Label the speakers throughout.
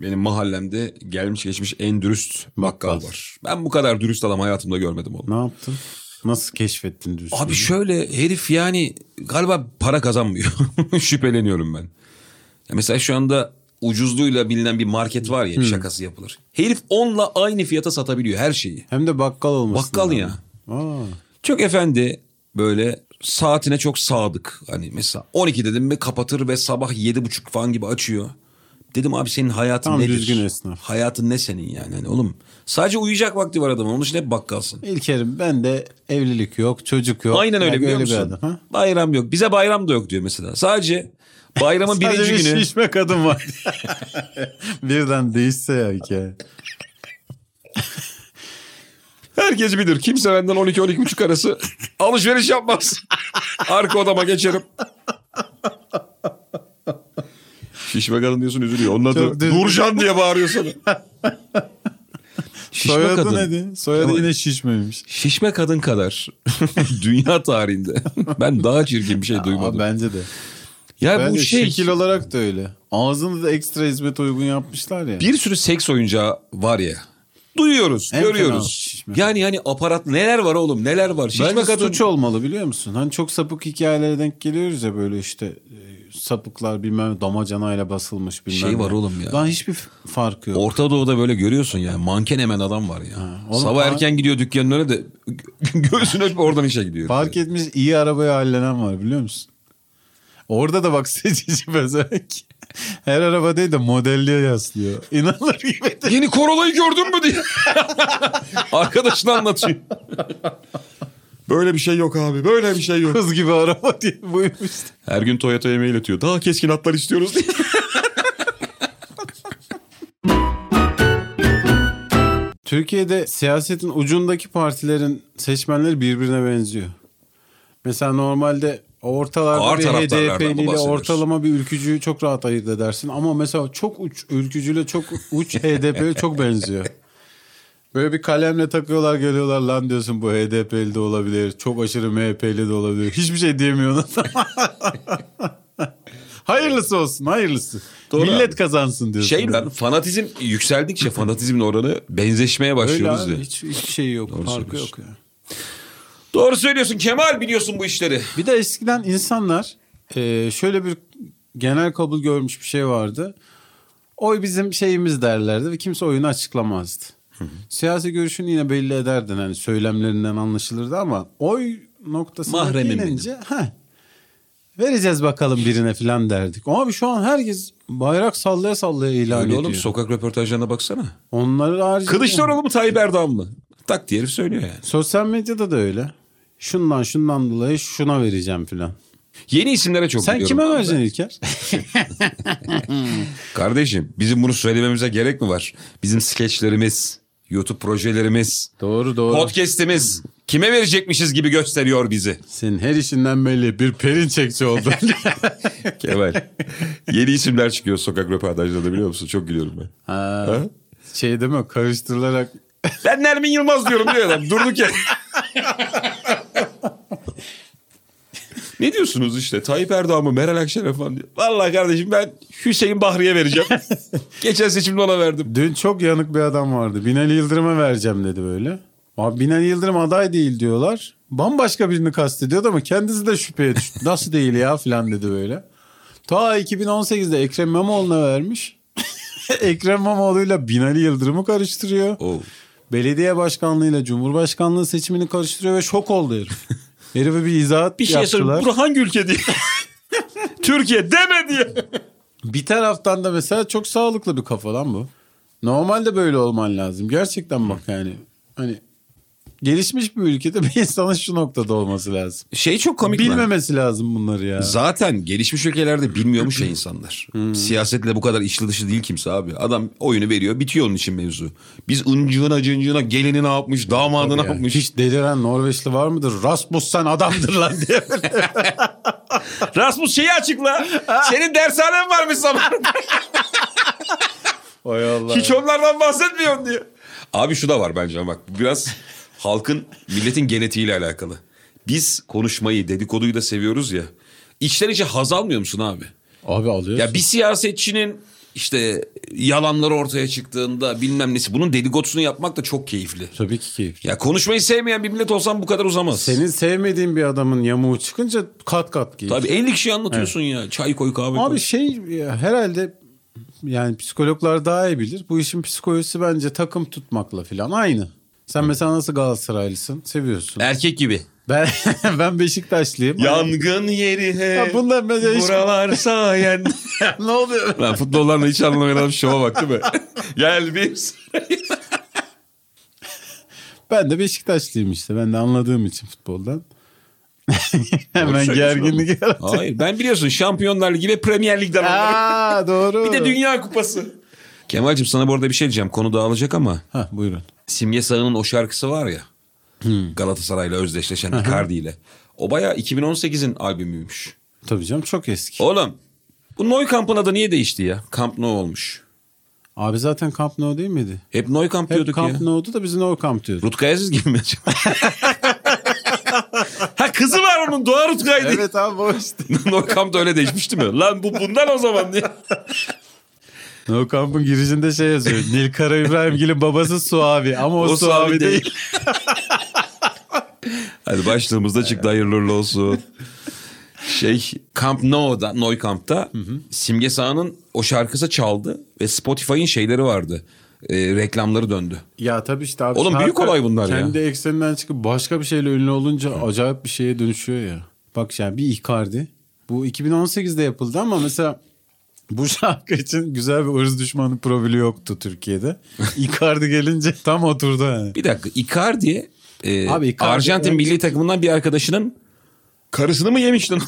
Speaker 1: Benim mahallemde gelmiş geçmiş en dürüst bakkal
Speaker 2: Bakkal.
Speaker 1: var. Ben bu kadar dürüst adam hayatımda görmedim oğlum.
Speaker 2: Ne yaptın? Nasıl keşfettin diyorsun?
Speaker 1: Abi şöyle herif yani galiba para kazanmıyor. Şüpheleniyorum ben. Ya mesela şu anda ucuzluğuyla bilinen bir market var ya şakası yapılır. Herif onunla aynı fiyata satabiliyor her şeyi.
Speaker 2: Hem de bakkal olmasın.
Speaker 1: Bakkal
Speaker 2: abi.
Speaker 1: ya.
Speaker 2: Aa,
Speaker 1: Çok efendi böyle saatine çok sadık. Hani mesela 12 dedim mi kapatır ve sabah 7.30 falan gibi açıyor. Dedim abi senin hayatın
Speaker 2: Tam
Speaker 1: nedir?
Speaker 2: düzgün esnaf.
Speaker 1: Hayatın ne senin yani? Hani oğlum sadece uyuyacak vakti var adamın. Onun için hep bakkalsın.
Speaker 2: İlker'im ben de evlilik yok, çocuk yok.
Speaker 1: Aynen öyle
Speaker 2: Bak,
Speaker 1: biliyor
Speaker 2: bir
Speaker 1: musun?
Speaker 2: adam, ha?
Speaker 1: bayram yok. Bize bayram da yok diyor mesela. Sadece bayramın
Speaker 2: Sadece
Speaker 1: birinci
Speaker 2: bir
Speaker 1: günü.
Speaker 2: şişme kadın var. Birden değişse ya hikaye.
Speaker 1: Herkes bilir. Kimse benden 12-12.30 arası alışveriş yapmaz. Arka odama geçerim. Şişme kadın diyorsun üzülüyor. Onun adı
Speaker 2: Çok düz-
Speaker 1: Nurcan diye bağırıyor sana. Şişme
Speaker 2: Soyadı
Speaker 1: kadın.
Speaker 2: neydi? Soyadı
Speaker 1: Ama-
Speaker 2: yine şişmemiş.
Speaker 1: Şişme kadın kadar dünya tarihinde ben daha çirkin bir şey
Speaker 2: Aa,
Speaker 1: duymadım.
Speaker 2: bence de.
Speaker 1: ya bu
Speaker 2: Bence
Speaker 1: şey
Speaker 2: şekil olarak da öyle. Ağzını da ekstra hizmet uygun yapmışlar ya.
Speaker 1: bir sürü seks oyuncağı var ya. Duyuyoruz,
Speaker 2: En fena
Speaker 1: görüyoruz.
Speaker 2: şişme.
Speaker 1: Yani hani aparat neler var oğlum neler var. Şişme
Speaker 2: Bence
Speaker 1: kadın
Speaker 2: suç olmalı biliyor musun? Hani çok sapık hikayelere denk geliyoruz ya böyle işte e, sapıklar bilmem damacanayla basılmış bilmem
Speaker 1: Şey
Speaker 2: ne.
Speaker 1: var oğlum ya.
Speaker 2: Lan hiçbir f- farkı yok.
Speaker 1: Orta Doğu'da böyle görüyorsun ya. Manken hemen adam var ya.
Speaker 2: oğlum,
Speaker 1: Sabah
Speaker 2: ha-
Speaker 1: erken gidiyor dükkanın önüne de göğsünü öpüp oradan işe gidiyor.
Speaker 2: Fark etmiş iyi arabaya hallenen var biliyor musun? Orada da bak seçici özellik. Her araba değil de modelliğe yaslıyor. İnanılır gibi değil.
Speaker 1: Yeni Corolla'yı gördün mü diye. Arkadaşına anlatıyor. Böyle bir şey yok abi. Böyle bir şey yok.
Speaker 2: Kız gibi araba diye buymuş.
Speaker 1: Her gün Toyota'ya mail atıyor. Daha keskin hatlar istiyoruz diye.
Speaker 2: Türkiye'de siyasetin ucundaki partilerin seçmenleri birbirine benziyor. Mesela normalde ortalarda
Speaker 1: Ağır
Speaker 2: bir
Speaker 1: taraftarlardan mı
Speaker 2: HDP'li ile
Speaker 1: bahsediyorsun?
Speaker 2: ortalama bir ülkücüyü çok rahat ayırt edersin. Ama mesela çok uç ülkücüyle çok uç HDP'ye çok benziyor. Böyle bir kalemle takıyorlar geliyorlar lan diyorsun bu HDP'li de olabilir. Çok aşırı MHP'li de olabilir. Hiçbir şey diyemiyorsun. hayırlısı olsun hayırlısı.
Speaker 1: Doğru
Speaker 2: Millet
Speaker 1: abi.
Speaker 2: kazansın diyorsun.
Speaker 1: Şey lan fanatizm yükseldikçe fanatizmin oranı benzeşmeye
Speaker 2: Öyle
Speaker 1: başlıyoruz
Speaker 2: abi,
Speaker 1: ya.
Speaker 2: hiç, hiçbir şey yok. farkı yok
Speaker 1: söylüyorsun.
Speaker 2: ya.
Speaker 1: Doğru söylüyorsun Kemal biliyorsun bu işleri.
Speaker 2: Bir de eskiden insanlar e, şöyle bir genel kabul görmüş bir şey vardı. Oy bizim şeyimiz derlerdi ve kimse oyunu açıklamazdı. Siyasi görüşünü yine belli ederdin hani söylemlerinden anlaşılırdı ama oy noktasına
Speaker 1: Mahremim
Speaker 2: gelince heh, vereceğiz bakalım birine falan derdik. Abi şu an herkes bayrak sallaya sallaya ilan
Speaker 1: Öyle
Speaker 2: ediyor.
Speaker 1: oğlum sokak röportajlarına baksana.
Speaker 2: Onları haricinde...
Speaker 1: Kılıçdaroğlu mu Tayyip Erdoğan mı? Tak diye herif söylüyor yani.
Speaker 2: Sosyal medyada da öyle. Şundan şundan dolayı şuna vereceğim filan.
Speaker 1: Yeni isimlere çok
Speaker 2: Sen
Speaker 1: gülüyorum
Speaker 2: kime
Speaker 1: abi.
Speaker 2: vereceksin İlker?
Speaker 1: Kardeşim bizim bunu söylememize gerek mi var? Bizim skeçlerimiz, YouTube projelerimiz,
Speaker 2: doğru doğru.
Speaker 1: podcast'imiz kime verecekmişiz gibi gösteriyor bizi.
Speaker 2: Senin her işinden belli bir perin çekçi oldun.
Speaker 1: Kemal. Yeni isimler çıkıyor sokak röportajlarında biliyor musun? Çok gülüyorum ben.
Speaker 2: ha, şey deme karıştırılarak
Speaker 1: Ben Nermin Yılmaz diyorum diyor adam. Durduk ya. ne diyorsunuz işte Tayyip Erdoğan mı Meral Akşener falan diyor. Vallahi kardeşim ben Hüseyin Bahri'ye vereceğim. Geçen seçimde ona verdim.
Speaker 2: dün çok yanık bir adam vardı. Binali Yıldırım'a vereceğim dedi böyle. Abi Binali Yıldırım aday değil diyorlar. Bambaşka birini kastediyordu ama kendisi de şüpheye düştü. Nasıl değil ya filan dedi böyle. Ta 2018'de Ekrem İmamoğlu'na vermiş. Ekrem İmamoğlu'yla Binali Yıldırım'ı karıştırıyor.
Speaker 1: Oo.
Speaker 2: Belediye başkanlığıyla Cumhurbaşkanlığı seçimini karıştırıyor ve şok oldu herif. Herife bir izahat
Speaker 1: Bir şey
Speaker 2: yaptılar.
Speaker 1: sorayım. Bu hangi ülke diye. Türkiye deme diye.
Speaker 2: Bir taraftan da mesela çok sağlıklı bir kafa lan bu. Normalde böyle olman lazım. Gerçekten bak yani. Hani gelişmiş bir ülkede bir insanın şu noktada olması lazım.
Speaker 1: Şey çok komik. lan.
Speaker 2: Bilmemesi lazım bunları ya.
Speaker 1: Zaten gelişmiş ülkelerde bilmiyormuş ya
Speaker 2: Hmm.
Speaker 1: insanlar. Siyasetle bu kadar içli dışı değil kimse abi. Adam oyunu veriyor bitiyor onun için mevzu. Biz ıncığına cıncığına gelini ne yapmış damadı ne
Speaker 2: Yani
Speaker 1: yapmış.
Speaker 2: hiç deliren Norveçli var mıdır? Rasmussen adamdır lan diye.
Speaker 1: Rasmus şeyi açıkla. Senin dershanen varmış zamanında.
Speaker 2: Oy Allah.
Speaker 1: Hiç onlardan bahsetmiyorsun diyor. Abi şu da var bence bak bu biraz halkın milletin genetiğiyle alakalı. Biz konuşmayı dedikoduyu da seviyoruz ya. İçten içe haz almıyor musun abi?
Speaker 2: Abi alıyorsun.
Speaker 1: Ya bir siyasetçinin işte yalanları ortaya çıktığında bilmem nesi. Bunun dedikodusunu yapmak da çok keyifli.
Speaker 2: Tabii ki keyifli.
Speaker 1: Ya konuşmayı sevmeyen bir millet olsam bu kadar uzamaz.
Speaker 2: Senin sevmediğin bir adamın yamuğu çıkınca kat kat keyif.
Speaker 1: Tabii 50 kişi anlatıyorsun ya. Çay koy kahve koy.
Speaker 2: Abi şey ya, herhalde yani psikologlar daha iyi bilir. Bu işin psikolojisi bence takım tutmakla falan aynı. Sen mesela nasıl Galatasaraylısın? Seviyorsun.
Speaker 1: Erkek gibi.
Speaker 2: Ben ben Beşiktaşlıyım.
Speaker 1: Yangın yeri he.
Speaker 2: Ya bunlar mesela hiç-
Speaker 1: Buralar sayen.
Speaker 2: ne oluyor?
Speaker 1: Lan futbollarla hiç anlamayan adam şova bak değil mi? Gel bir.
Speaker 2: Ben de Beşiktaşlıyım işte. Ben de anladığım için futboldan. Hemen
Speaker 1: söylüyorsun
Speaker 2: gerginlik yarattı.
Speaker 1: Hayır ben biliyorsun Şampiyonlar Ligi ve Premier Lig'den anlarım.
Speaker 2: Aa doğru.
Speaker 1: Bir de Dünya Kupası. Kemal'cim sana bu arada bir şey diyeceğim. Konu dağılacak ama
Speaker 2: Ha buyurun.
Speaker 1: Simge Sağ'ın o şarkısı var ya.
Speaker 2: Hmm.
Speaker 1: Galatasaray'la özdeşleşen Icardi ile. O bayağı 2018'in albümüymüş.
Speaker 2: Tabii canım çok eski.
Speaker 1: Oğlum bu Neukamp'ın adı niye değişti ya? Camp Nou olmuş.
Speaker 2: Abi zaten Camp Nou değil miydi?
Speaker 1: Hep Neukamp
Speaker 2: Hep
Speaker 1: diyorduk ya.
Speaker 2: Camp Nou'du da biz No Camp diyorduk.
Speaker 1: Rutkay Aziz gibi mi acaba? ha kızı var onun Doğa Rutkay'dı.
Speaker 2: Evet abi o işte.
Speaker 1: Neukamp da öyle değişmişti mi? Lan bu bundan o zaman diye.
Speaker 2: No Camp'ın girişinde şey yazıyor. Nil Kara İbrahimgil'in babası Suavi ama o,
Speaker 1: O Suavi
Speaker 2: Suavi değil.
Speaker 1: değil. Hadi başlığımızda çıktı hayırlı uğurlu olsun. Şey Camp Nou'da, Neukamp'ta Simge Sağ'ın o şarkısı çaldı ve Spotify'ın şeyleri vardı. E, reklamları döndü.
Speaker 2: Ya tabii işte abi.
Speaker 1: Oğlum
Speaker 2: şarkı
Speaker 1: büyük olay bunlar ya.
Speaker 2: kendi ekseninden çıkıp başka bir şeyle ünlü olunca acayip bir şeye dönüşüyor ya. Bak şey, yani bir Icardi. Bu 2018'de yapıldı ama mesela bu şarkı için güzel bir ırz düşmanı profili yoktu Türkiye'de. Icardi gelince tam oturdu yani.
Speaker 1: Bir dakika Icardi, e,
Speaker 2: Abi Icardi-
Speaker 1: Arjantin milli takımından bir arkadaşının karısını mı yemiştin?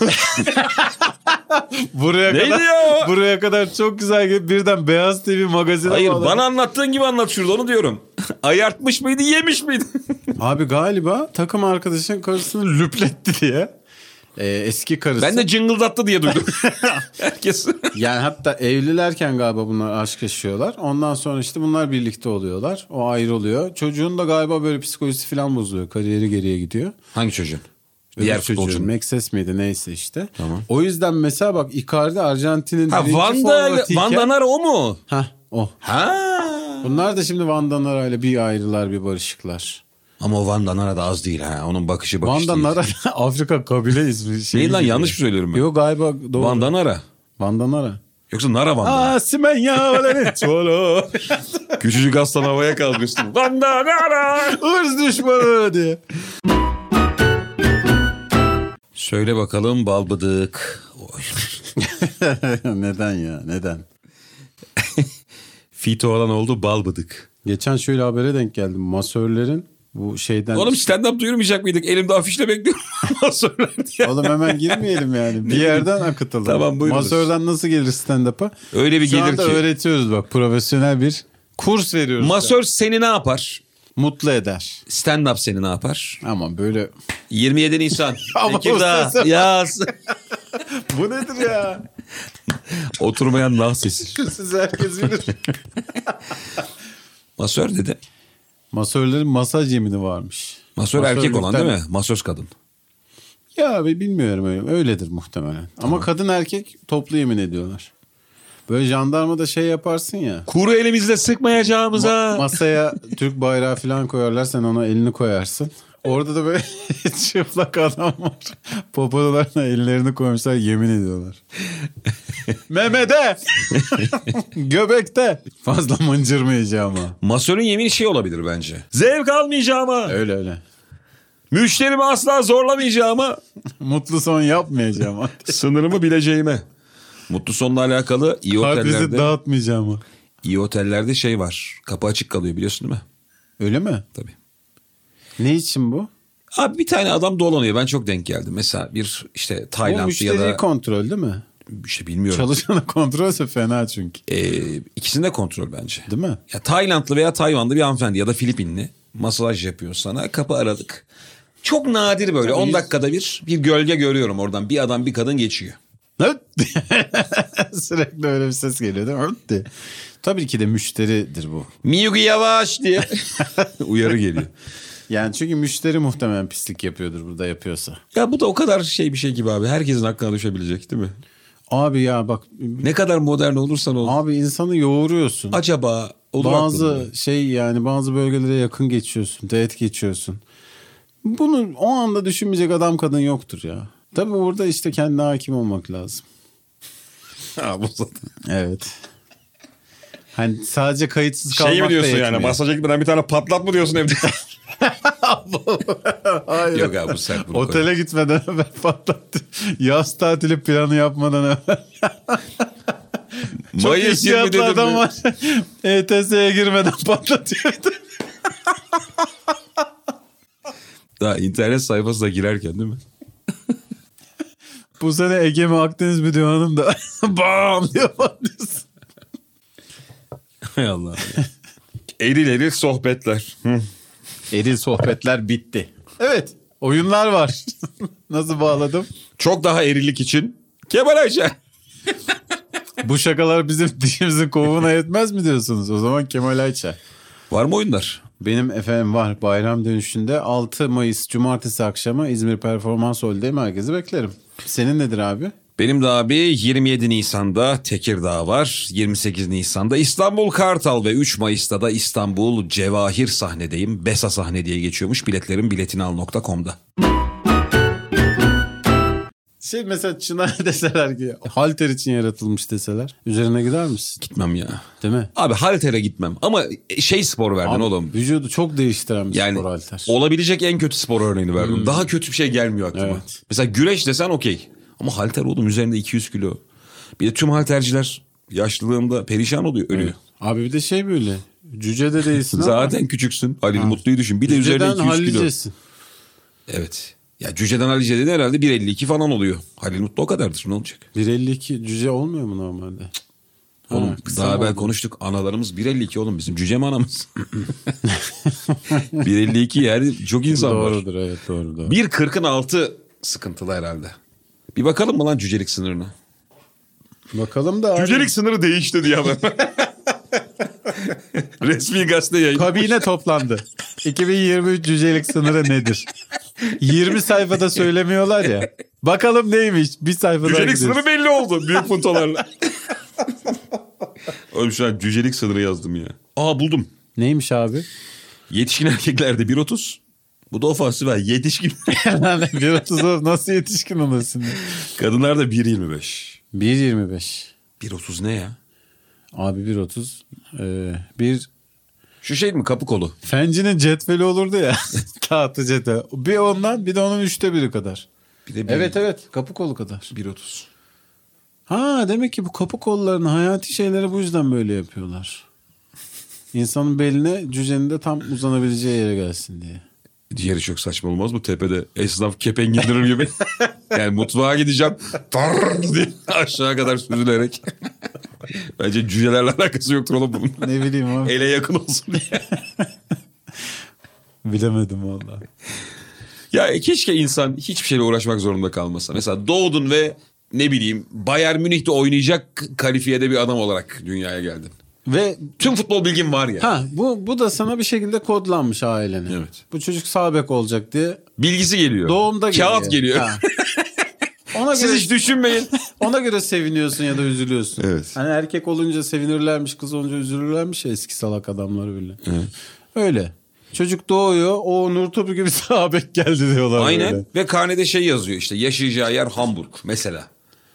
Speaker 2: Buraya
Speaker 1: Neydi
Speaker 2: kadar
Speaker 1: ya o?
Speaker 2: buraya kadar çok güzel gelip birden Beyaz TV magazine
Speaker 1: Hayır
Speaker 2: bağladı.
Speaker 1: bana anlattığın gibi anlat şurada onu diyorum. Ayartmış mıydı yemiş miydi?
Speaker 2: Abi galiba takım arkadaşının karısını lüpletti diye. Ee, eski karısı.
Speaker 1: ben de cıngıldattı diye duydum. Herkes.
Speaker 2: Yani hatta evlilerken galiba bunlar aşk yaşıyorlar. Ondan sonra işte bunlar birlikte oluyorlar. O ayrılıyor. Çocuğun da galiba böyle psikolojisi falan bozuluyor. Kariyeri geriye gidiyor.
Speaker 1: Hangi çocuğun?
Speaker 2: Öbür
Speaker 1: Diğer
Speaker 2: çocuğun,
Speaker 1: futbolcunun.
Speaker 2: Mexes miydi neyse işte.
Speaker 1: Tamam.
Speaker 2: O yüzden mesela bak Icardi Arjantin'in
Speaker 1: Ha
Speaker 2: birinci
Speaker 1: Vanda,
Speaker 2: forvetiyken-
Speaker 1: Vanda Nara o mu?
Speaker 2: Hah, o.
Speaker 1: Ha.
Speaker 2: Bunlar da şimdi Vanda Nara'yla bir ayrılar bir barışıklar.
Speaker 1: Ama o Vanda Nara da az değil ha. Onun bakışı bakış
Speaker 2: Vanda
Speaker 1: değil.
Speaker 2: Nara Afrika kabile ismi. şeyi
Speaker 1: Neyi lan
Speaker 2: gibi.
Speaker 1: yanlış mı söylüyorum ben?
Speaker 2: Yok galiba doğru. Vanda,
Speaker 1: Vanda Nara.
Speaker 2: Nara.
Speaker 1: Yoksa Nara Vanda. Nara.
Speaker 2: Asimen ya valen çolo.
Speaker 1: Küçücük aslan havaya kalkmıştım. Vanda Nara.
Speaker 2: Hırs düşmanı diye.
Speaker 1: Söyle bakalım balbıdık. Oy.
Speaker 2: neden ya neden?
Speaker 1: Fito olan oldu balbıdık.
Speaker 2: Geçen şöyle habere denk geldim. Masörlerin bu şeyden...
Speaker 1: Oğlum stand-up duyurmayacak mıydık? Elimde afişle bekliyorum. Masörler diye.
Speaker 2: Oğlum hemen girmeyelim yani. bir yerden akıtalım.
Speaker 1: Tamam, buyurunuz.
Speaker 2: Masörden nasıl gelir stand-up'a?
Speaker 1: Öyle bir
Speaker 2: Şu
Speaker 1: gelir
Speaker 2: anda
Speaker 1: ki.
Speaker 2: öğretiyoruz bak. Profesyonel bir kurs veriyoruz.
Speaker 1: Masör seni ne yapar?
Speaker 2: Mutlu eder.
Speaker 1: Stand-up seni ne yapar?
Speaker 2: Ama böyle...
Speaker 1: 27 Nisan.
Speaker 2: Ama o
Speaker 1: Tekirdağ.
Speaker 2: sesi-
Speaker 1: Yaz.
Speaker 2: bu nedir ya?
Speaker 1: Oturmayan nah sesi.
Speaker 2: Siz herkes bilir.
Speaker 1: Masör dedi.
Speaker 2: Masörlerin masaj yemini varmış.
Speaker 1: Masör erkek olan
Speaker 2: Masörlükten-
Speaker 1: değil mi? Masöz kadın.
Speaker 2: Ya abi bilmiyorum öyle. Öyledir muhtemelen. Ama kadın erkek toplu yemin ediyorlar. Böyle jandarma da şey yaparsın ya.
Speaker 1: Kuru elimizle sıkmayacağımıza.
Speaker 2: Ma- masaya Türk bayrağı falan koyarlar sen ona elini koyarsın. Orada da böyle çıplak adam var. Popolarına ellerini koymuşlar yemin ediyorlar. Memede! Göbekte! Fazla mıncırmayacağım ha.
Speaker 1: Masörün yemini şey olabilir bence. Zevk almayacağıma.
Speaker 2: Öyle öyle.
Speaker 1: Müşterimi asla zorlamayacağıma.
Speaker 2: Mutlu son yapmayacağım ha.
Speaker 1: Sınırımı bileceğime. Mutlu sonla alakalı iyi
Speaker 2: Kartvizi
Speaker 1: otellerde
Speaker 2: dağıtmayacağım ha.
Speaker 1: iyi otellerde şey var. Kapı açık kalıyor biliyorsun değil mi?
Speaker 2: Öyle mi?
Speaker 1: Tabii.
Speaker 2: Ne için bu?
Speaker 1: Abi bir tane adam dolanıyor. Ben çok denk geldim. Mesela bir işte
Speaker 2: Bu
Speaker 1: Tayland ya
Speaker 2: müşteri
Speaker 1: da
Speaker 2: kontrol değil mi?
Speaker 1: işte bilmiyorum.
Speaker 2: Çalışana kontrolse fena çünkü.
Speaker 1: Ee, ikisinde kontrol bence.
Speaker 2: Değil mi?
Speaker 1: Ya Taylandlı veya Tayvanlı bir hanımefendi ya da Filipinli masaj yapıyor sana. Kapı aradık. Çok nadir böyle 10 dakikada bir bir gölge görüyorum oradan. Bir adam bir kadın geçiyor.
Speaker 2: Hıt! Sürekli öyle bir ses geliyor değil mi? Hıt diye. Tabii ki de müşteridir bu.
Speaker 1: Miyugi yavaş diye uyarı geliyor.
Speaker 2: Yani çünkü müşteri muhtemelen pislik yapıyordur burada yapıyorsa.
Speaker 1: Ya bu da o kadar şey bir şey gibi abi. Herkesin hakkına düşebilecek değil mi?
Speaker 2: Abi ya bak
Speaker 1: Ne kadar modern olursan ol.
Speaker 2: abi insanı yoğuruyorsun.
Speaker 1: Acaba olur
Speaker 2: bazı
Speaker 1: aklımda.
Speaker 2: şey yani bazı bölgelere yakın geçiyorsun, teğet geçiyorsun. Bunu o anda düşünmeyecek adam kadın yoktur ya. Tabii burada işte kendine hakim olmak lazım.
Speaker 1: Ha, bu zaten.
Speaker 2: Evet. Hani sadece kayıtsız kalmak
Speaker 1: Şey mi diyorsun
Speaker 2: da
Speaker 1: yani
Speaker 2: yetmiyor.
Speaker 1: masaja gitmeden bir tane patlat mı diyorsun evde?
Speaker 2: Hayır.
Speaker 1: Yok abi bu sert bunu
Speaker 2: Otele gitmeden evvel patlattı. Yaz tatili planı yapmadan evvel.
Speaker 1: koy.
Speaker 2: Çok
Speaker 1: Mayıs 20
Speaker 2: işyatlı
Speaker 1: dedim
Speaker 2: adam
Speaker 1: mi?
Speaker 2: var. ETS'ye girmeden patlatıyor.
Speaker 1: Daha internet sayfasına girerken değil mi?
Speaker 2: Bu sene Ege mi Akdeniz mi diyor hanım da bam diyor patlıyorsun.
Speaker 1: Hay Allah. eril eril sohbetler.
Speaker 2: Eril sohbetler bitti. Evet. Oyunlar var. Nasıl bağladım?
Speaker 1: Çok daha erilik için Kemal Ayşe.
Speaker 2: Bu şakalar bizim dişimizin kovuğuna yetmez mi diyorsunuz? O zaman Kemal Ayça.
Speaker 1: Var mı oyunlar?
Speaker 2: Benim efendim var bayram dönüşünde 6 Mayıs Cumartesi akşamı İzmir Performans Hall'deyim herkesi beklerim. Senin nedir abi?
Speaker 1: Benim de abi 27 Nisan'da Tekirdağ var. 28 Nisan'da İstanbul Kartal ve 3 Mayıs'ta da İstanbul Cevahir sahnedeyim. Besa sahne diye geçiyormuş. Biletlerim biletinal.com'da.
Speaker 2: Şey mesela Çınar deseler ki halter için yaratılmış deseler üzerine gider misin?
Speaker 1: Gitmem ya.
Speaker 2: Değil mi?
Speaker 1: Abi haltere gitmem ama şey spor verdin
Speaker 2: Abi,
Speaker 1: oğlum.
Speaker 2: Vücudu çok değiştiren bir
Speaker 1: Yani
Speaker 2: spor halter. Hmm.
Speaker 1: olabilecek en kötü spor örneğini verdim. Daha kötü bir şey gelmiyor aklıma.
Speaker 2: Evet.
Speaker 1: Mesela güreş desen okey. Ama halter oğlum üzerinde 200 kilo. Bir de tüm halterciler yaşlılığında perişan oluyor, ölüyor.
Speaker 2: Abi bir de şey böyle cüce de değilsin ama
Speaker 1: Zaten küçüksün. Halil Mutlu'yu düşün. Bir de üzerinde
Speaker 2: cüceden
Speaker 1: 200 kilo.
Speaker 2: hallicesin.
Speaker 1: Evet. Ya Cüce'den Halice dedi herhalde 1.52 falan oluyor. Halil Mutlu o kadardır ne olacak?
Speaker 2: 1.52 cüce olmuyor mu normalde? Ha,
Speaker 1: Oğlum
Speaker 2: kısa
Speaker 1: daha
Speaker 2: mı
Speaker 1: evvel
Speaker 2: oldu?
Speaker 1: konuştuk analarımız 1.52 oğlum bizim cüce mi anamız? 1.52 yani çok insan var.
Speaker 2: Doğrudur evet doğru doğru.
Speaker 1: 1.40'ın altı sıkıntılı herhalde. Bir bakalım mı lan cücelik sınırına?
Speaker 2: Bakalım da abi,
Speaker 1: sınırı değişti diye haber. Resmi gazete yayın.
Speaker 2: kabine toplandı. 2023 cücelik sınırı nedir? 20 sayfada söylemiyorlar ya. Bakalım neymiş? Bir sayfada
Speaker 1: Cücelik sınırı belli oldu büyük puntolarla. Oğlum şu an cücelik sınırı yazdım ya. Aa buldum.
Speaker 2: Neymiş abi?
Speaker 1: Yetişkin erkeklerde 1.30. Bu da ofansif ha. Yetişkin.
Speaker 2: Yani 1.30 nasıl yetişkin olursun?
Speaker 1: Kadınlarda 1.25.
Speaker 2: 1.25.
Speaker 1: 1.30 ne ya?
Speaker 2: Abi 1.30. Ee, bir
Speaker 1: Şu şey mi kapı kolu?
Speaker 2: Fencinin cetveli olurdu ya. Kağıtlı cetvel. Bir ondan bir de onun üçte biri kadar.
Speaker 1: Bir de bir-
Speaker 2: Evet evet kapı kolu kadar.
Speaker 1: 1.30.
Speaker 2: Ha demek ki bu kapı kollarının hayati şeyleri bu yüzden böyle yapıyorlar. İnsanın beline cücenin de tam uzanabileceği yere gelsin diye.
Speaker 1: Diğeri çok saçma olmaz mı? Tepede esnaf kepenk indirir gibi. yani mutfağa gideceğim. Tar diye aşağı kadar süzülerek. Bence cücelerle alakası yoktur oğlum bunun.
Speaker 2: Ne bileyim abi.
Speaker 1: Ele yakın olsun diye.
Speaker 2: Bilemedim valla.
Speaker 1: ya keşke insan hiçbir şeyle uğraşmak zorunda kalmasa. Mesela doğdun ve ne bileyim Bayern Münih'te oynayacak kalifiyede bir adam olarak dünyaya geldin.
Speaker 2: Ve
Speaker 1: Tüm futbol bilgin var ya.
Speaker 2: ha bu bu da sana bir şekilde kodlanmış ailene.
Speaker 1: Evet.
Speaker 2: Bu çocuk sağ bek olacak diye
Speaker 1: Bilgisi geliyor.
Speaker 2: doğumda
Speaker 1: Kağıt geliyor.
Speaker 2: Ha. Ona
Speaker 1: Siz
Speaker 2: göre
Speaker 1: hiç düşünmeyin.
Speaker 2: Ona göre seviniyorsun ya da üzülüyorsun.
Speaker 1: Evet.
Speaker 2: Hani erkek olunca sevinirlermiş, kız olunca üzülürlermiş ya eski salak adamları bile. Öyle. Çocuk doğuyor, o Nur Topu gibi sahabek geldi diyorlar.
Speaker 1: Aynen.
Speaker 2: böyle.
Speaker 1: Ve karnede şey yazıyor işte yaşayacağı yer Hamburg mesela.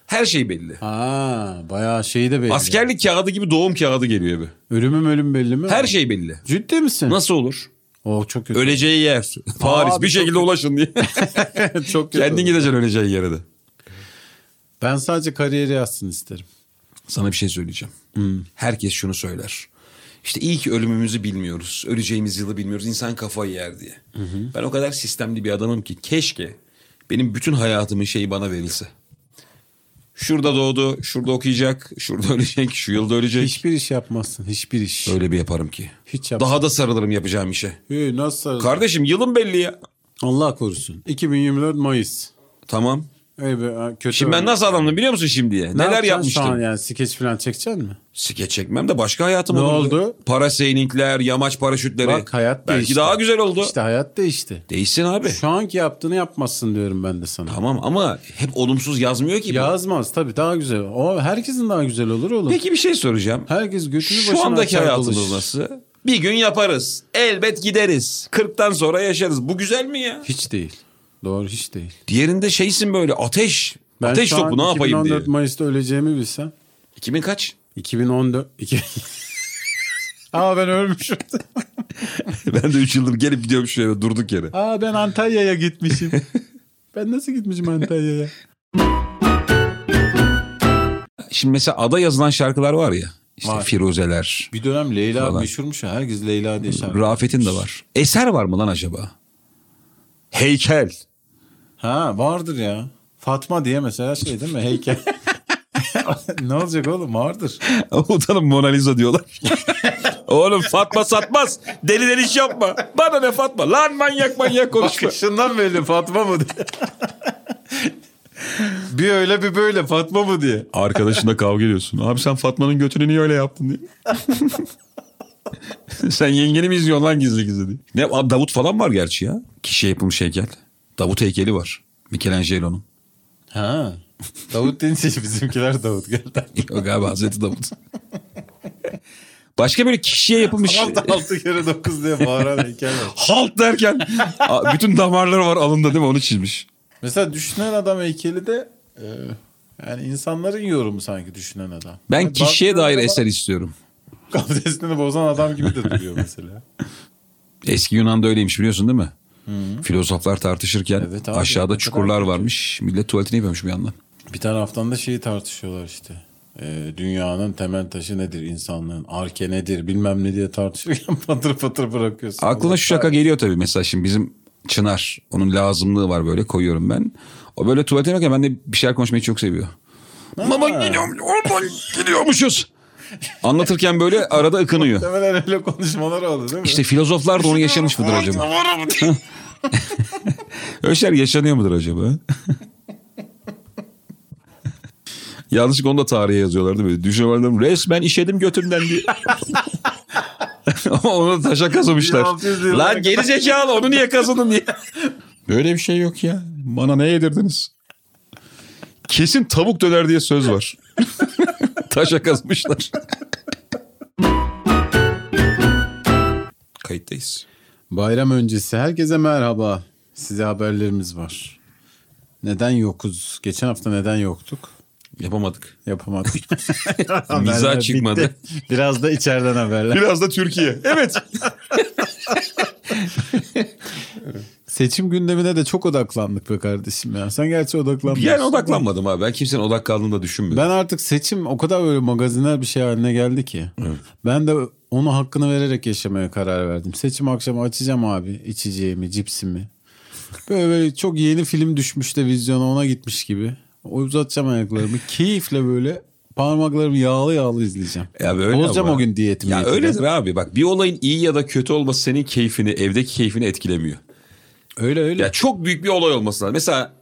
Speaker 1: Her şey belli.
Speaker 2: Ha, bayağı şeyi de belli.
Speaker 1: Askerlik kağıdı gibi doğum kağıdı geliyor eve.
Speaker 2: Ölümüm ölüm belli mi?
Speaker 1: Her şey belli.
Speaker 2: Ciddi misin?
Speaker 1: Nasıl olur?
Speaker 2: Oo, çok kötü.
Speaker 1: Öleceği yer. Paris
Speaker 2: Abi
Speaker 1: bir
Speaker 2: çok-
Speaker 1: şekilde ulaşın diye.
Speaker 2: çok kötü.
Speaker 1: Kendin gideceksin öleceğin yere de.
Speaker 2: Ben sadece kariyeri yazsın isterim.
Speaker 1: Sana bir şey söyleyeceğim. Herkes şunu söyler. İşte iyi ki ölümümüzü bilmiyoruz. Öleceğimiz yılı bilmiyoruz. İnsan kafayı yer diye. Ben o kadar sistemli bir adamım ki keşke benim bütün hayatımın şeyi bana verilse. Şurada doğdu, şurada okuyacak, şurada ölecek, şu yılda ölecek.
Speaker 2: Hiçbir iş yapmazsın, hiçbir iş.
Speaker 1: Öyle bir yaparım ki.
Speaker 2: Hiç yapma.
Speaker 1: Daha da sarılırım yapacağım işe.
Speaker 2: Hey, nasıl?
Speaker 1: Kardeşim yılın belli ya.
Speaker 2: Allah korusun. 2024 Mayıs.
Speaker 1: Tamam.
Speaker 2: Ey be, ha, kötü
Speaker 1: Şimdi ben
Speaker 2: örnek.
Speaker 1: nasıl adamdım biliyor musun şimdiye?
Speaker 2: Ne
Speaker 1: Neler
Speaker 2: yapacaksın
Speaker 1: yapmıştım?
Speaker 2: Şu an yani skeç falan çekeceksin mi?
Speaker 1: Skeç çekmem de başka hayatım
Speaker 2: Ne
Speaker 1: olurdu.
Speaker 2: oldu?
Speaker 1: Paraseylingler, yamaç paraşütleri.
Speaker 2: Bak hayat
Speaker 1: Hani Belki
Speaker 2: değişti.
Speaker 1: daha güzel oldu.
Speaker 2: İşte hayat değişti.
Speaker 1: Değişsin abi.
Speaker 2: Şu anki yaptığını yapmazsın diyorum ben de sana.
Speaker 1: Tamam ama hep olumsuz yazmıyor ki. bu.
Speaker 2: Yazmaz tabii daha güzel. O herkesin daha güzel olur oğlum.
Speaker 1: Peki bir şey soracağım.
Speaker 2: Herkes götünü başına
Speaker 1: Şu andaki
Speaker 2: açar
Speaker 1: hayatımız
Speaker 2: dolaşır.
Speaker 1: nasıl? Bir gün yaparız. Elbet gideriz. 40'tan sonra yaşarız. Bu güzel mi ya?
Speaker 2: Hiç değil. Doğru hiç değil.
Speaker 1: Diğerinde şeysin böyle ateş. ateş
Speaker 2: şu an
Speaker 1: topu ne yapayım
Speaker 2: 2014
Speaker 1: diye.
Speaker 2: Mayıs'ta öleceğimi bilsem.
Speaker 1: 2000 kaç?
Speaker 2: 2014. iki- Aa ben ölmüşüm.
Speaker 1: ben de 3 yıldır gelip gidiyorum şu yere durduk yere.
Speaker 2: Aa ben Antalya'ya gitmişim. ben nasıl gitmişim Antalya'ya?
Speaker 1: Şimdi mesela ada yazılan şarkılar var ya. İşte
Speaker 2: Var.
Speaker 1: Firuzeler.
Speaker 2: Bir dönem Leyla
Speaker 1: Falan.
Speaker 2: meşhurmuş ya. Herkes Leyla diye şarkı.
Speaker 1: Rafet'in de var. Eser var mı lan acaba? Heykel.
Speaker 2: ha vardır ya. Fatma diye mesela şey değil mi? Heykel. ne olacak oğlum vardır.
Speaker 1: Utanın Mona Lisa diyorlar. Oğlum Fatma satmaz. Deli deli iş yapma. Bana ne Fatma? Lan manyak manyak konuşma.
Speaker 2: Bakışından belli Fatma mı diye. bir öyle bir böyle Fatma mı diye.
Speaker 1: Arkadaşınla kavga ediyorsun. Abi sen Fatma'nın götünü niye öyle yaptın diye. sen yengeni mi izliyorsun lan gizli gizli diye. Ne, abi Davut falan var gerçi ya. Kişiye yapılmış heykel. Davut heykeli var. Michelangelo'nun.
Speaker 2: Ha. Davut deyince bizimkiler Davut geldi.
Speaker 1: Yok abi Hazreti Davut. Başka böyle kişiye yapılmış...
Speaker 2: Altı, altı kere dokuz diye bağıran heykel var.
Speaker 1: Halt derken a- bütün damarları var alında değil mi onu çizmiş.
Speaker 2: Mesela düşünen adam heykeli de e, yani insanların yorumu sanki düşünen adam.
Speaker 1: Ben
Speaker 2: Yani
Speaker 1: kişiye
Speaker 2: baktığın
Speaker 1: dair
Speaker 2: zaman
Speaker 1: eser istiyorum.
Speaker 2: Kafesini bozan adam gibi de duruyor mesela.
Speaker 1: Eski Yunan'da öyleymiş biliyorsun değil mi? Filozoflar tartışırken
Speaker 2: Evet abi, ne
Speaker 1: aşağıda
Speaker 2: kadar
Speaker 1: çukurlar varmış. Millet tuvaletini yapıyormuş bir yandan.
Speaker 2: Bir taraftan da şeyi tartışıyorlar işte. E, dünyanın temel taşı nedir? insanlığın arke nedir? Bilmem ne diye tartışırken patır patır bırakıyorsun.
Speaker 1: Aklına şu şaka geliyor tabii mesela şimdi bizim Çınar onun lazımlığı var böyle koyuyorum ben. O böyle tuvalete bakarken ben de bir şeyler konuşmayı çok seviyor. Mama gidiyorum, orman gidiyormuşuz. Anlatırken böyle arada ıkınıyor.
Speaker 2: Muhtemelen öyle konuşmalar oldu değil mi?
Speaker 1: İşte filozoflar da onu yaşamış mıdır acaba? Öyle şeyler yaşanıyor mudur acaba? Yanlışlıkla onu da tarihe yazıyorlar değil mi? Düşünüyorum resmen işedim götümden diye. Ama onu da taşa kazımışlar.
Speaker 2: 1600 yıllara
Speaker 1: Lan geri zekalı onu niye kazıdın diye. Böyle bir şey yok ya. Bana ne yedirdiniz? Kesin tavuk döner diye söz var. taşa kazmışlar. Kayıttayız.
Speaker 2: Bayram öncesi herkese merhaba. Size haberlerimiz var. Neden yokuz? Geçen hafta neden yoktuk?
Speaker 1: Yapamadık.
Speaker 2: Yapamadık.
Speaker 1: Mizah
Speaker 2: Haberler
Speaker 1: çıkmadı.
Speaker 2: bitti. Biraz da içeriden haberler.
Speaker 1: Biraz da Türkiye. Evet.
Speaker 2: Seçim gündemine de çok odaklandık be kardeşim ya. Sen gerçi odaklanmıyorsun.
Speaker 1: Yani odaklanmadım abi. Ben kimsenin odaklandığını da düşünmüyorum.
Speaker 2: Ben artık seçim o kadar böyle magazinel bir şey haline geldi ki. Ben de onu hakkını vererek yaşamaya karar verdim. Seçim akşamı açacağım abi içeceğimi, cipsimi. Böyle, böyle çok yeni film düşmüş de vizyona ona gitmiş gibi. O uzatacağım ayaklarımı. Keyifle böyle parmaklarımı yağlı yağlı izleyeceğim.
Speaker 1: Ya böyle
Speaker 2: Bozacağım
Speaker 1: ama.
Speaker 2: o gün diyetim.
Speaker 1: Ya
Speaker 2: niyetine.
Speaker 1: öyledir abi. Bak bir olayın iyi ya da kötü olması senin keyfini, evdeki keyfini etkilemiyor.
Speaker 2: Öyle öyle.
Speaker 1: Ya çok büyük bir olay olması lazım. Mesela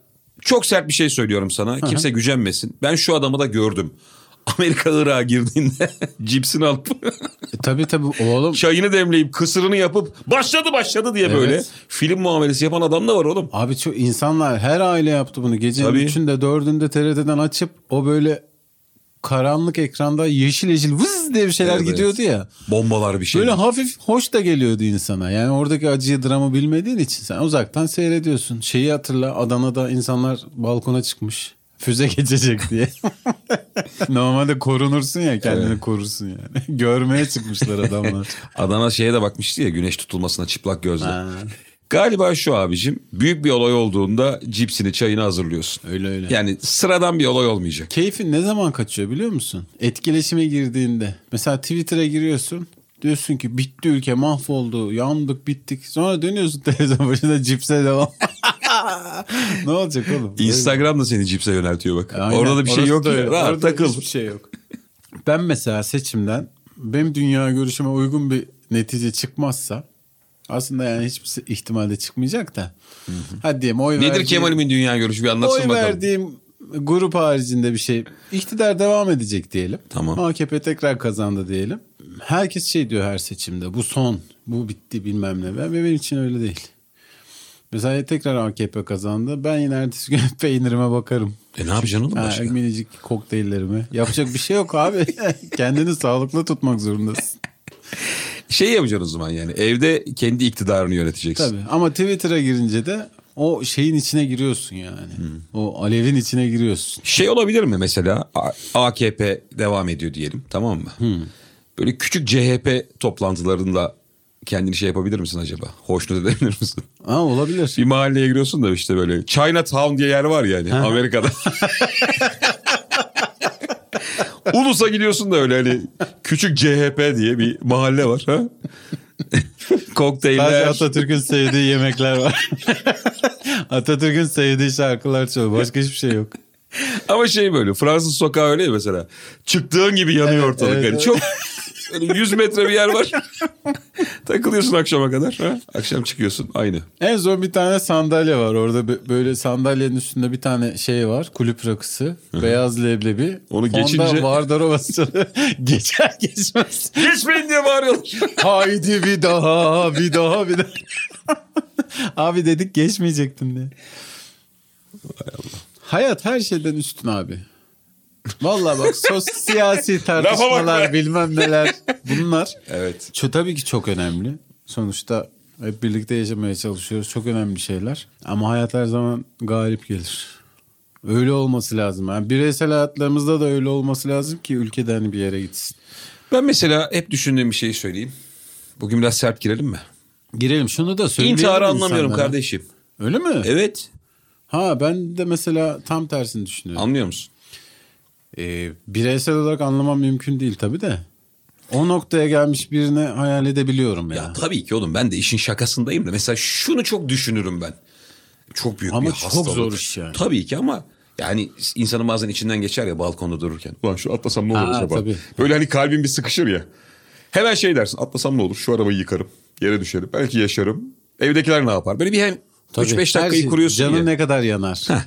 Speaker 1: çok sert bir şey söylüyorum sana. Kimse gücenmesin. Ben şu adamı da gördüm. Amerika Irak'a girdiğinde cipsini alıp
Speaker 2: E, tabii tabii oğlum.
Speaker 1: çayını demleyip kısırını yapıp başladı başladı diye böyle
Speaker 2: Evet.
Speaker 1: film muamelesi yapan adam da var oğlum.
Speaker 2: Abi çok insanlar her aile yaptı bunu. Gecenin
Speaker 1: Tabii.
Speaker 2: üçünde dördünde TRT'den açıp o böyle karanlık ekranda yeşil yeşil vız diye bir şeyler
Speaker 1: Evet.
Speaker 2: gidiyordu ya.
Speaker 1: Bombalar bir şey.
Speaker 2: Böyle hafif hoş da geliyordu insana. Yani oradaki acıyı dramı bilmediğin için sen uzaktan seyrediyorsun. Şeyi hatırla Adana'da insanlar balkona çıkmış. Füze geçecek diye. Normalde korunursun ya kendini korursun yani. Görmeye çıkmışlar adamlar.
Speaker 1: Adana şeye de bakmıştı ya güneş tutulmasına çıplak gözle. Galiba şu abicim büyük bir olay olduğunda cipsini çayını hazırlıyorsun.
Speaker 2: öyle öyle.
Speaker 1: Yani sıradan bir olay olmayacak.
Speaker 2: Keyfin ne zaman kaçıyor biliyor musun? Etkileşime girdiğinde. Mesela Twitter'a giriyorsun. Diyorsun ki bitti ülke mahvoldu. Yandık bittik. Sonra dönüyorsun televizyon başında cipse devam. ne olacak oğlum?
Speaker 1: Instagram da seni cipse yöneltiyor bak.
Speaker 2: Aynen.
Speaker 1: Orada da bir şey
Speaker 2: Orası
Speaker 1: yok.
Speaker 2: da
Speaker 1: ya.
Speaker 2: öyle.
Speaker 1: Rahat
Speaker 2: Orada
Speaker 1: takıl.
Speaker 2: Hiçbir şey yok. Ben mesela seçimden benim dünya görüşüme uygun bir netice çıkmazsa Aslında yani hiçbir ihtimalde çıkmayacak da. Hadi diyelim oy
Speaker 1: Nedir
Speaker 2: verdiğim-
Speaker 1: Kemal'imin dünya görüşü bir anlatsın
Speaker 2: Oy
Speaker 1: bakalım.
Speaker 2: verdiğim grup haricinde bir şey. İktidar devam edecek diyelim.
Speaker 1: Tamam.
Speaker 2: AKP tekrar kazandı diyelim. Herkes şey diyor her seçimde. Bu son. Bu bitti bilmem ne. Ben, benim için öyle değil. Mesela tekrar AKP kazandı. Ben yine ertesi gün peynirime bakarım.
Speaker 1: E ne yapacaksın oğlum
Speaker 2: Ha,
Speaker 1: başka?
Speaker 2: minicik kokteyllerime. Yapacak bir şey yok abi. Kendini sağlıklı tutmak zorundasın.
Speaker 1: Şey yapacaksın o zaman yani evde kendi iktidarını yöneteceksin.
Speaker 2: Tabii. Ama Twitter'a girince de o şeyin içine giriyorsun yani.
Speaker 1: Hmm.
Speaker 2: O alevin içine giriyorsun.
Speaker 1: Şey olabilir mi mesela A- AKP devam ediyor diyelim tamam mı? Böyle küçük CHP toplantılarında kendini şey yapabilir misin acaba? Hoşnut edebilir misin?
Speaker 2: Ha olabilir.
Speaker 1: Bir mahalleye giriyorsun da işte böyle Chinatown diye yer var yani Amerika'da. Ulus'a gidiyorsun da öyle hani küçük CHP diye bir mahalle var. Ha?
Speaker 2: Sadece
Speaker 1: Kokteyller.
Speaker 2: Atatürk'ün sevdiği yemekler var. Atatürk'ün sevdiği şarkılar çalıyor. Başka hiçbir şey yok.
Speaker 1: Ama şey böyle Fransız sokağı öyle ya mesela. Çıktığın gibi yanıyor ortalık.
Speaker 2: evet,
Speaker 1: hani
Speaker 2: evet.
Speaker 1: Çok böyle 100 metre bir yer var. Takılıyorsun akşama kadar. Ha? Akşam çıkıyorsun aynı.
Speaker 2: En son bir tane sandalye var. Orada bö- böyle sandalyenin üstünde bir tane şey var. Kulüp rakısı. beyaz leblebi.
Speaker 1: Onu
Speaker 2: Fonda
Speaker 1: geçince-
Speaker 2: Vardarovası çalıyor. Geçer geçmez.
Speaker 1: Geçmeyin diye bağırıyorlar.
Speaker 2: Haydi bir daha bir daha bir daha. abi dedik geçmeyecektin diye. Hayat her şeyden üstün abi. Vallahi bak sos siyasi tartışmalar
Speaker 1: bak be.
Speaker 2: bilmem neler bunlar.
Speaker 1: evet.
Speaker 2: Ço tabii ki çok önemli. Sonuçta hep birlikte yaşamaya çalışıyoruz. Çok önemli şeyler. Ama hayat her zaman galip gelir. Öyle olması lazım. Yani bireysel hayatlarımızda da öyle olması lazım ki ülkede hani bir yere gitsin.
Speaker 1: Ben mesela hep düşündüğüm bir şeyi söyleyeyim. Bugün biraz sert girelim mi?
Speaker 2: Girelim şunu da söyleyelim
Speaker 1: İntiharı anlamıyorum
Speaker 2: insanlara.
Speaker 1: kardeşim.
Speaker 2: Öyle mi?
Speaker 1: Evet.
Speaker 2: Ha ben de mesela tam tersini düşünüyorum.
Speaker 1: Anlıyor musun?
Speaker 2: Ee, bireysel olarak anlamam mümkün değil tabii de. O noktaya gelmiş birini hayal edebiliyorum ya.
Speaker 1: Ya tabii ki oğlum ben de işin şakasındayım da mesela şunu çok düşünürüm ben. Çok büyük
Speaker 2: Ama
Speaker 1: bir
Speaker 2: çok
Speaker 1: hastalık.
Speaker 2: zor iş yani.
Speaker 1: Tabii ki ama yani insanın bazen içinden geçer ya balkonda dururken. Ulan şu atlasam ne olur
Speaker 2: Aa,
Speaker 1: acaba?
Speaker 2: tabii.
Speaker 1: Böyle hani kalbin bir sıkışır ya. Hemen şey dersin atlasam ne olur şu arabayı yıkarım. Yere düşerim belki yaşarım. Evdekiler ne yapar? Böyle bir hem
Speaker 2: Tabii.
Speaker 1: 3-5
Speaker 2: Her
Speaker 1: dakikayı
Speaker 2: şey-
Speaker 1: kuruyorsun
Speaker 2: Canın
Speaker 1: ya.
Speaker 2: ne kadar yanar.
Speaker 1: Heh,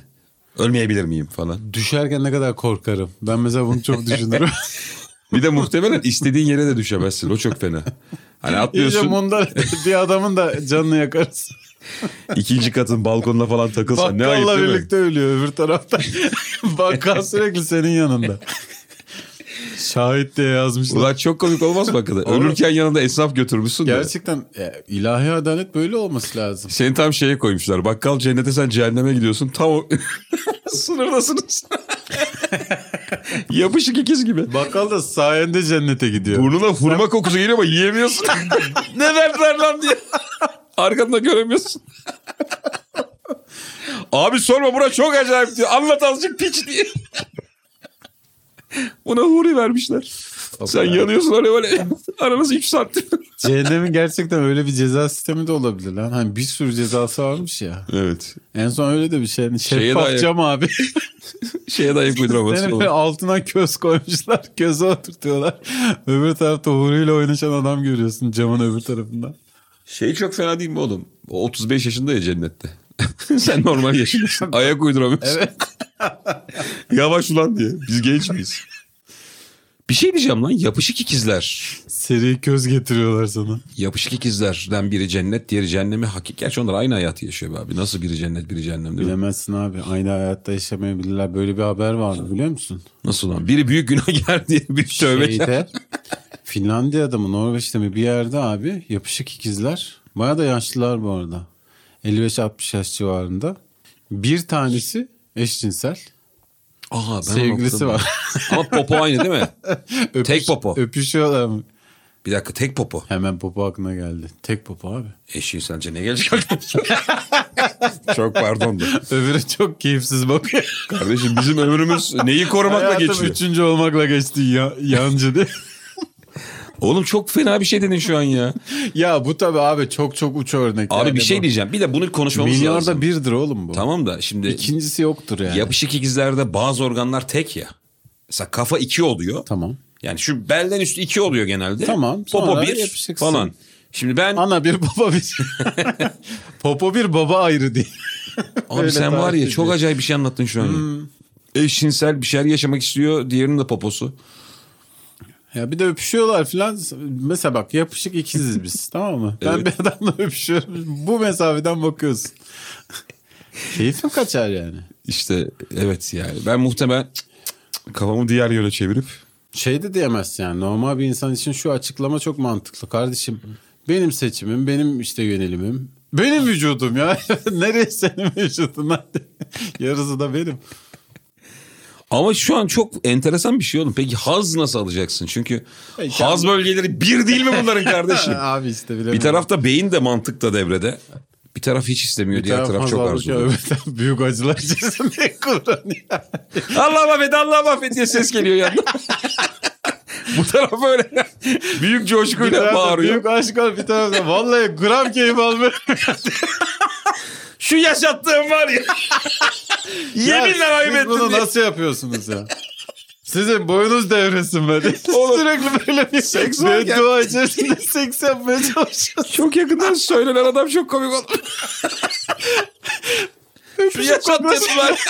Speaker 1: ölmeyebilir miyim falan.
Speaker 2: Düşerken ne kadar korkarım. Ben mesela bunu çok düşünürüm.
Speaker 1: Bir de muhtemelen istediğin yere de düşemezsin. O çok fena. Hani
Speaker 2: İyice
Speaker 1: atlıyorsun
Speaker 2: mundar bir adamın da canını yakarız.
Speaker 1: ikinci katın balkonuna falan takılsan ne ayıp
Speaker 2: Bakkalla
Speaker 1: değil mi?
Speaker 2: birlikte ölüyor öbür tarafta. Bakkal sürekli senin yanında. Şahit diye yazmışlar.
Speaker 1: Ulan çok komik olmaz mı hakikaten? Ölürken yanında esnaf götürmüşsün de.
Speaker 2: Gerçekten e, ilahi adalet böyle olması lazım.
Speaker 1: Seni tam şeye koymuşlar. Bakkal cennete sen cehenneme gidiyorsun. Tam o... sınırdasınız. Yapışık ikiz gibi.
Speaker 2: Bakkal da sayende cennete gidiyor.
Speaker 1: Burnuna hurma kokusu geliyor ama yiyemiyorsun. ne verdiler lan diye. Arkanda göremiyorsun. Abi sorma bura çok acayip diyor. Anlat azıcık piç diye. Buna huri vermişler. Sen
Speaker 2: ya.
Speaker 1: yanıyorsun öyle böyle. Aranız 3 saattir.
Speaker 2: Cehennemin gerçekten öyle bir ceza sistemi de olabilir lan. Hani bir sürü cezası varmış ya.
Speaker 1: Evet.
Speaker 2: En son öyle de bir şey. Hani
Speaker 1: Şeye
Speaker 2: Şeffaf
Speaker 1: dair-
Speaker 2: cam abi.
Speaker 1: Şeye dayak uyduramazsın.
Speaker 2: Yani
Speaker 1: oğlum.
Speaker 2: böyle altına köz koymuşlar. Köze oturtuyorlar. Öbür tarafta huruyla oynaşan adam görüyorsun camın öbür tarafından.
Speaker 1: Şey çok fena değil mi oğlum? O 35 yaşında ya cennette. Sen normal yaşındasın. Ayak uyduramıyorsun.
Speaker 2: Evet.
Speaker 1: Yavaş ulan diye. Biz genç miyiz? Bir şey diyeceğim lan. Yapışık ikizler.
Speaker 2: Seri köz getiriyorlar sana.
Speaker 1: Yapışık ikizlerden biri cennet, diğeri cehennemi. Hakik. Gerçi onlar aynı hayatı yaşıyor be abi. Nasıl biri cennet, biri cehennem değil mi?
Speaker 2: Bilemezsin abi. Aynı hayatta yaşamayabilirler. Böyle bir haber vardı biliyor musun?
Speaker 1: Nasıl lan? Biri büyük günahkar diye bir tövbe.
Speaker 2: Şeyde, Finlandiya'da mı Norveç'te mi bir yerde abi yapışık ikizler. Baya da yaşlılar bu arada. 55-60 yaş civarında. Bir tanesi eşcinsel.
Speaker 1: Aha, ben
Speaker 2: Sevgilisi
Speaker 1: unuttum.
Speaker 2: var.
Speaker 1: Ama popo aynı değil mi?
Speaker 2: Öpüş-
Speaker 1: Tek popo.
Speaker 2: Öpüşüyorlar mı?
Speaker 1: Bir dakika tek popo.
Speaker 2: Hemen popo aklına geldi. Tek popo abi.
Speaker 1: Eşin sence ne gelecek aklına? Çok pardon da.
Speaker 2: Öbürü çok keyifsiz bakıyor.
Speaker 1: Kardeşim bizim ömrümüz neyi korumakla
Speaker 2: Hayatım
Speaker 1: geçiyor?
Speaker 2: üçüncü olmakla geçti ya, yancı diye.
Speaker 1: Oğlum çok fena bir şey dedin şu an ya.
Speaker 2: ya bu tabii abi çok çok uç örnek.
Speaker 1: Abi
Speaker 2: Yani
Speaker 1: bir şey
Speaker 2: bu-
Speaker 1: diyeceğim. Bir de bunu konuşmamız lazım.
Speaker 2: Milyarda birdir oğlum bu.
Speaker 1: Tamam da şimdi
Speaker 2: İkincisi yoktur yani.
Speaker 1: yapışık ikizlerde bazı organlar tek ya. Mesela kafa iki oluyor.
Speaker 2: Tamam.
Speaker 1: Yani şu belden üstü iki oluyor genelde.
Speaker 2: Tamam,
Speaker 1: Popo
Speaker 2: sonra
Speaker 1: bir
Speaker 2: yapışıksın.
Speaker 1: falan. Şimdi ben
Speaker 2: Ana bir baba bir. Popo bir baba ayrı değil.
Speaker 1: abi
Speaker 2: öyle
Speaker 1: sen var
Speaker 2: tarif
Speaker 1: ya çok
Speaker 2: ediyor.
Speaker 1: acayip bir şey anlattın şu an. ya. Eşcinsel bir şeyler yaşamak istiyor. Diğerinin de poposu.
Speaker 2: Ya bir de öpüşüyorlar filan. Mesela bak yapışık ikiziz biz tamam mı? Ben
Speaker 1: Evet.
Speaker 2: bir adamla öpüşüyorum. Bu mesafeden bakıyorsun. Keyfim kaçar yani.
Speaker 1: İşte evet yani. Ben muhtemelen cık, cık, cık, kafamı diğer yöne çevirip
Speaker 2: Şey de diyemezsin yani normal bir insan için şu açıklama çok mantıklı kardeşim. Benim seçimim, benim işte yönelimim. Benim vücudum ya. Nereye senin vücudun? Hadi. Yarısı da benim.
Speaker 1: ama şu an çok enteresan bir şey oğlum. Peki haz nasıl alacaksın? Çünkü
Speaker 2: Peki,
Speaker 1: haz bölgeleri bir değil mi bunların kardeşim?
Speaker 2: Abi işte bilemiyorum.
Speaker 1: bir tarafta beyin de mantık da devrede. Bir taraf hiç istemiyor, diğer taraf, çok
Speaker 2: pazarlık
Speaker 1: arzu
Speaker 2: ya,
Speaker 1: ediyor.
Speaker 2: öbür taraf büyük acılar içerisinde kullanıyor.
Speaker 1: Allah affet, Allah affet diye ses geliyor yandan. Bu taraf öyle büyük
Speaker 2: Bir
Speaker 1: coşkuyla
Speaker 2: tarafta
Speaker 1: bağırıyor.
Speaker 2: Büyük aşk var bir tarafta. Vallahi gram keyif almıyor.
Speaker 1: Şu yaşattığım var ya. Yeminle
Speaker 2: Ya Siz
Speaker 1: kaybettim
Speaker 2: bunu
Speaker 1: diye.
Speaker 2: nasıl yapıyorsunuz ya? Sizin boyunuz devresin böyle.
Speaker 1: Oğlum,
Speaker 2: Sürekli böyle bir seks
Speaker 1: varken-
Speaker 2: beddua içerisinde seks yapmaya çalışıyorsunuz.
Speaker 1: Çok yakından söylenen adam çok komik oldu. Şu yaşattığım var.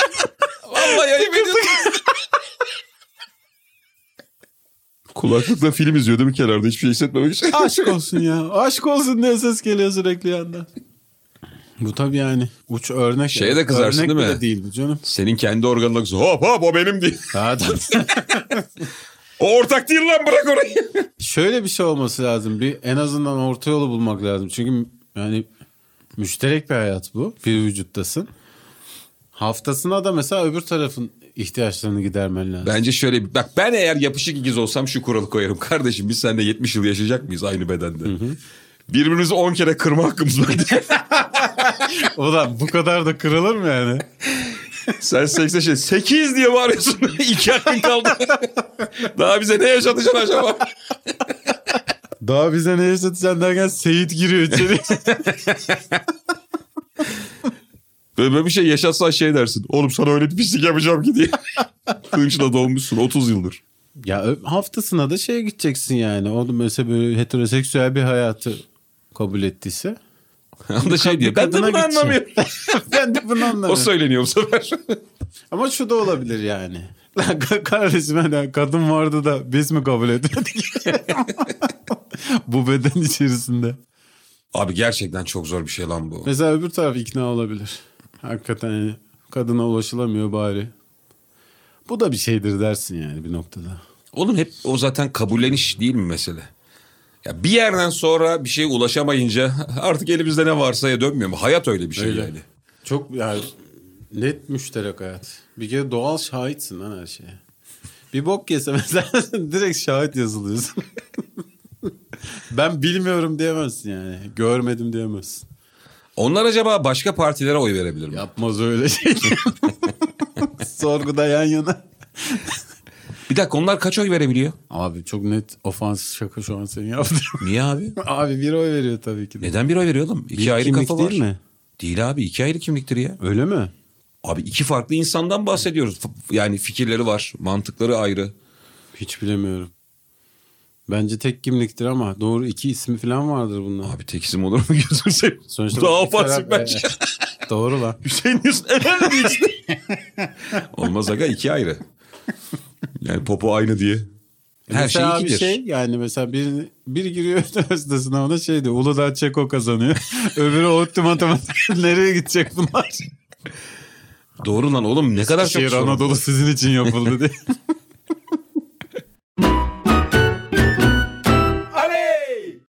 Speaker 1: Vallahi ayıp ediyorsun. Kulaklıkla film izliyor değil mi kenarda? Hiçbir şey hissetmemek için.
Speaker 2: Aşk olsun ya. Aşk olsun diye ses geliyor sürekli yandan. Bu tabii yani uç örnek.
Speaker 1: Şeye de kızarsın
Speaker 2: örnek
Speaker 1: değil
Speaker 2: bile
Speaker 1: mi?
Speaker 2: değil bu canım.
Speaker 1: Senin kendi organına kızıyor. hop hop o benim değil.
Speaker 2: Zaten
Speaker 1: O ortak değil lan bırak orayı.
Speaker 2: şöyle bir şey olması lazım. Bir en azından orta yolu bulmak lazım. Çünkü yani müşterek bir hayat bu. Bir vücuttasın. Haftasına da mesela öbür tarafın ihtiyaçlarını gidermen lazım.
Speaker 1: Bence şöyle bir- bak ben eğer yapışık ikiz olsam şu kuralı koyarım. Kardeşim biz seninle 70 yıl yaşayacak mıyız aynı bedende? Birbirimizi 10 kere kırma hakkımız var.
Speaker 2: Ulan bu kadar da kırılır mı yani?
Speaker 1: Sen 80 şey 8 diye bağırıyorsun. İki hakkın kaldı. Daha bize ne yaşatacaksın acaba?
Speaker 2: Daha bize ne yaşatacaksın derken Seyit giriyor içeri.
Speaker 1: Böyle, böyle bir şey yaşatsan şey dersin. Oğlum sana öyle bir pislik yapacağım ki diye. Kılıçla dolmuşsun 30 yıldır.
Speaker 2: ya ö- haftasına da şeye gideceksin yani. O da mesela böyle heteroseksüel bir hayatı kabul ettiyse.
Speaker 1: Ama da şey diyor. Ben de
Speaker 2: kadına
Speaker 1: bunu
Speaker 2: gideceksin."
Speaker 1: anlamıyorum.
Speaker 2: ben de bunu
Speaker 1: O
Speaker 2: anlamıyorum.
Speaker 1: söyleniyor bu sefer.
Speaker 2: Ama şu da olabilir yani. Lan ka- kardeşim hani kadın vardı da biz mi kabul etmedik? bu beden içerisinde.
Speaker 1: Abi gerçekten çok zor bir şey lan bu.
Speaker 2: Mesela öbür taraf ikna olabilir. Hakikaten yani kadına ulaşılamıyor bari. Bu da bir şeydir dersin yani bir noktada.
Speaker 1: Oğlum hep o zaten kabulleniş değil mi mesele? Ya bir yerden sonra bir şeye ulaşamayınca artık elimizde ne varsa ya dönmüyor mu? Hayat öyle bir şey
Speaker 2: Öyle.
Speaker 1: yani.
Speaker 2: Çok yani net müşterek hayat. Bir kere doğal şahitsin lan her şeye. Bir bok yese mesela direkt şahit yazılıyorsun. ben bilmiyorum diyemezsin yani. Görmedim diyemezsin.
Speaker 1: Onlar acaba başka partilere oy verebilir mi?
Speaker 2: Yapmaz öyle şey. Sorguda yan yana.
Speaker 1: Bir dakika onlar kaç oy verebiliyor?
Speaker 2: Abi çok net ofansif şaka şu an senin yaptığın.
Speaker 1: Niye abi?
Speaker 2: Abi bir oy veriyor tabii ki. de.
Speaker 1: Neden E, bir oy veriyor oğlum? İki
Speaker 2: Bir
Speaker 1: ayrı
Speaker 2: kimlik
Speaker 1: kafa var.
Speaker 2: değil mi?
Speaker 1: Değil abi iki ayrı kimliktir ya.
Speaker 2: Öyle mi?
Speaker 1: Abi iki farklı insandan bahsediyoruz. F- Yani fikirleri var, mantıkları ayrı.
Speaker 2: Hiç bilemiyorum. Bence tek kimliktir ama doğru iki ismi falan vardır bunlar.
Speaker 1: Abi tek isim olur mu gözünü seveyim?
Speaker 2: Sonuçta
Speaker 1: Bu Daha
Speaker 2: bu bir
Speaker 1: ofansif
Speaker 2: taraf-
Speaker 1: bence.
Speaker 2: doğru lan.
Speaker 1: Hüseyin Yusuf Emel diye işte. Olmaz aga iki ayrı. Yani popo aynı diye. Her şey
Speaker 2: mesela bir
Speaker 1: ikidir.
Speaker 2: şey yani mesela bir, bir giriyor üniversite sınavına şey diyor Uludağ Çeko kazanıyor. Öbürü ODTÜ matematik. Nereye gidecek bunlar?
Speaker 1: Doğru lan oğlum ne kadar çok şey
Speaker 2: Şehir
Speaker 1: sorun.
Speaker 2: Anadolu sizin için yapıldı diye.